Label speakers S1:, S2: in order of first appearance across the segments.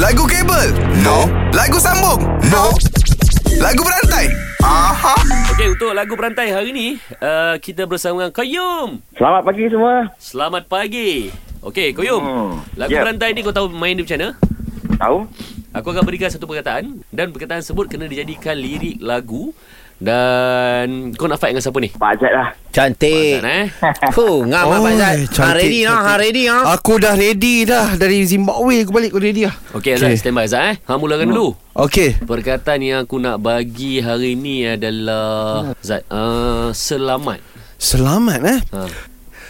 S1: Lagu kabel? No. Lagu sambung? No. Lagu berantai? Aha.
S2: Okey, untuk lagu berantai hari ni, uh, kita bersama dengan Qayyum.
S3: Selamat pagi semua.
S2: Selamat pagi. Okey, Qayyum.
S3: Hmm,
S2: Lagu
S3: yep.
S2: berantai ni kau tahu main dia macam mana?
S3: Tahu?
S2: Aku akan berikan satu perkataan dan perkataan sebut kena dijadikan lirik lagu dan kau nak fight dengan siapa ni?
S3: Pak Azad lah.
S4: Cantik.
S2: Azan, eh?
S4: Fuh, ngam oh, Abang Zat. Ha, ready lah, ha, ready lah.
S5: Aku dah ready dah dari Zimbabwe aku balik aku ready lah.
S2: Okey, Azad, stand by Azad eh. Ha, mulakan dulu.
S5: Okey.
S2: Perkataan yang aku nak bagi hari ni adalah Zat, uh, selamat.
S5: Selamat eh.
S2: Ha.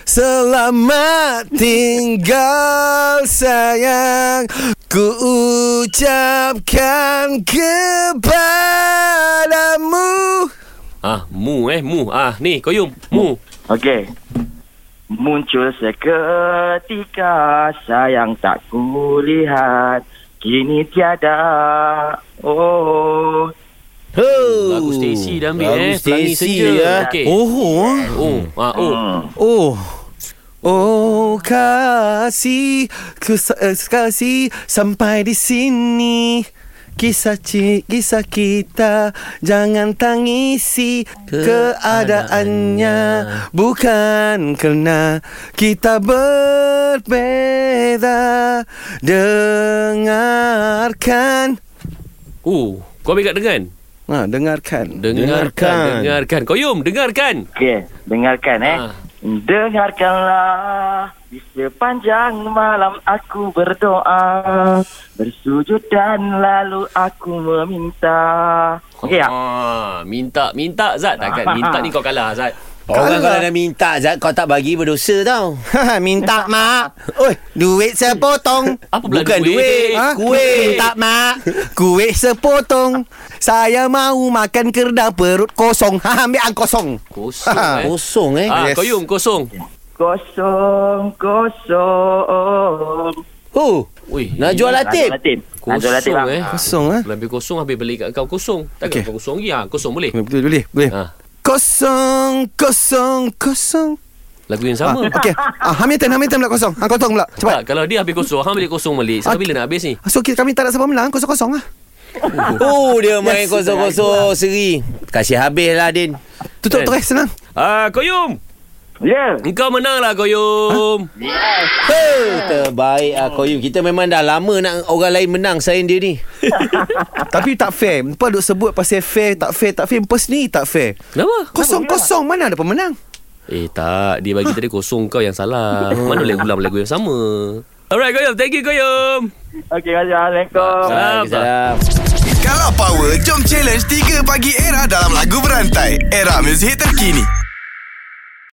S5: Selamat tinggal sayang Ku ucapkan kepadamu
S2: Ah, mu eh, mu. Ah, ni Qayyum, mu.
S3: Okey. Muncul seketika sayang tak kulihat. Kini tiada. Oh.
S4: Huh.
S2: Lagu Stacy dah ambil
S4: Lagu
S2: eh. Pelangi
S4: Stacy,
S2: senja.
S4: ya.
S2: Okey.
S5: Oh
S2: Oh, ah, oh.
S3: Hmm.
S5: Oh Oh kasih ku, eh, kasih sampai di sini Kisah ci, kisah kita jangan tangisi keadaannya bukan kerana kita berbeza dengarkan
S2: Oh, kau ambil kat dengan.
S5: ha dengarkan
S2: Dengarkan,
S4: Dengarkan.
S2: dengarkan. Koyum, dengarkan.
S3: Okey, dengarkan eh.
S2: Ah.
S3: Dengarkanlah di sepanjang malam aku berdoa Bersujud dan lalu aku meminta Okey ya? tak?
S2: Ah, minta, minta Zat. Takkan minta ni kau kalah Zat.
S4: Orang
S5: Kalah.
S4: kalau dah minta, Zat, kau tak bagi berdosa tau.
S5: lah. minta mak oi duit sepotong
S2: Apa pula
S4: Bukan duit,
S2: Ha?
S4: kuih.
S5: Tak mak Kuih sepotong Saya mau makan kerda perut kosong Ha ambil ang kosong
S2: Kosong eh.
S4: Kosong eh.
S2: Ah,
S5: Ha, Yes.
S2: Koyum, kosong.
S3: Kosong, kosong
S4: Oh,
S2: Ui,
S4: Najwa Latif.
S3: Najwa
S2: Kosong
S3: Latif Najwa Latif bang.
S2: eh.
S5: Kosong ha
S2: Lebih kosong habis balik kat kau kosong. Takkan
S5: Okey.
S2: kau kosong lagi. Ha, kosong boleh.
S5: Boleh boleh boleh
S2: Ha.
S5: Kosong Kosong Kosong
S2: Lagu yang
S5: ah,
S2: sama. Ah.
S5: Okay ah, Hamilton Hamilton pula kosong Ang kosong pula Cepat
S2: Tak, kalau dia habis kosong, hang balik kosong balik. Sampai
S5: Okey.
S2: bila nak habis ni?
S5: So kita kami tak nak siapa menang Kosong-kosong lah
S4: oh dia main
S5: Yes,
S4: kosong-kosong seri. Kasih habis lah, Din.
S5: Tutup
S2: Kan?
S5: terus senang
S2: Ah, Koyum.
S3: Ya
S2: Engkau menang lah Koyum.
S4: Huh, terbaik lah, Koyum. Kita memang dah lama nak orang lain menang saing dia ni.
S5: Tapi tak fair Empa duk sebut pasal fair Tak fair tak fair Empa sendiri tak fair
S2: Kenapa?
S5: Kosong-kosong Mana ada pemenang
S2: Eh tak Dia bagi tadi kosong kau yang salah Mana boleh ulang lagu yang sama Alright Koyum Thank you Koyum
S3: Okey, Assalamualaikum
S2: Salam.
S4: Salam.
S1: Kalau power, jom challenge 3 pagi era dalam lagu berantai. Era muzik terkini.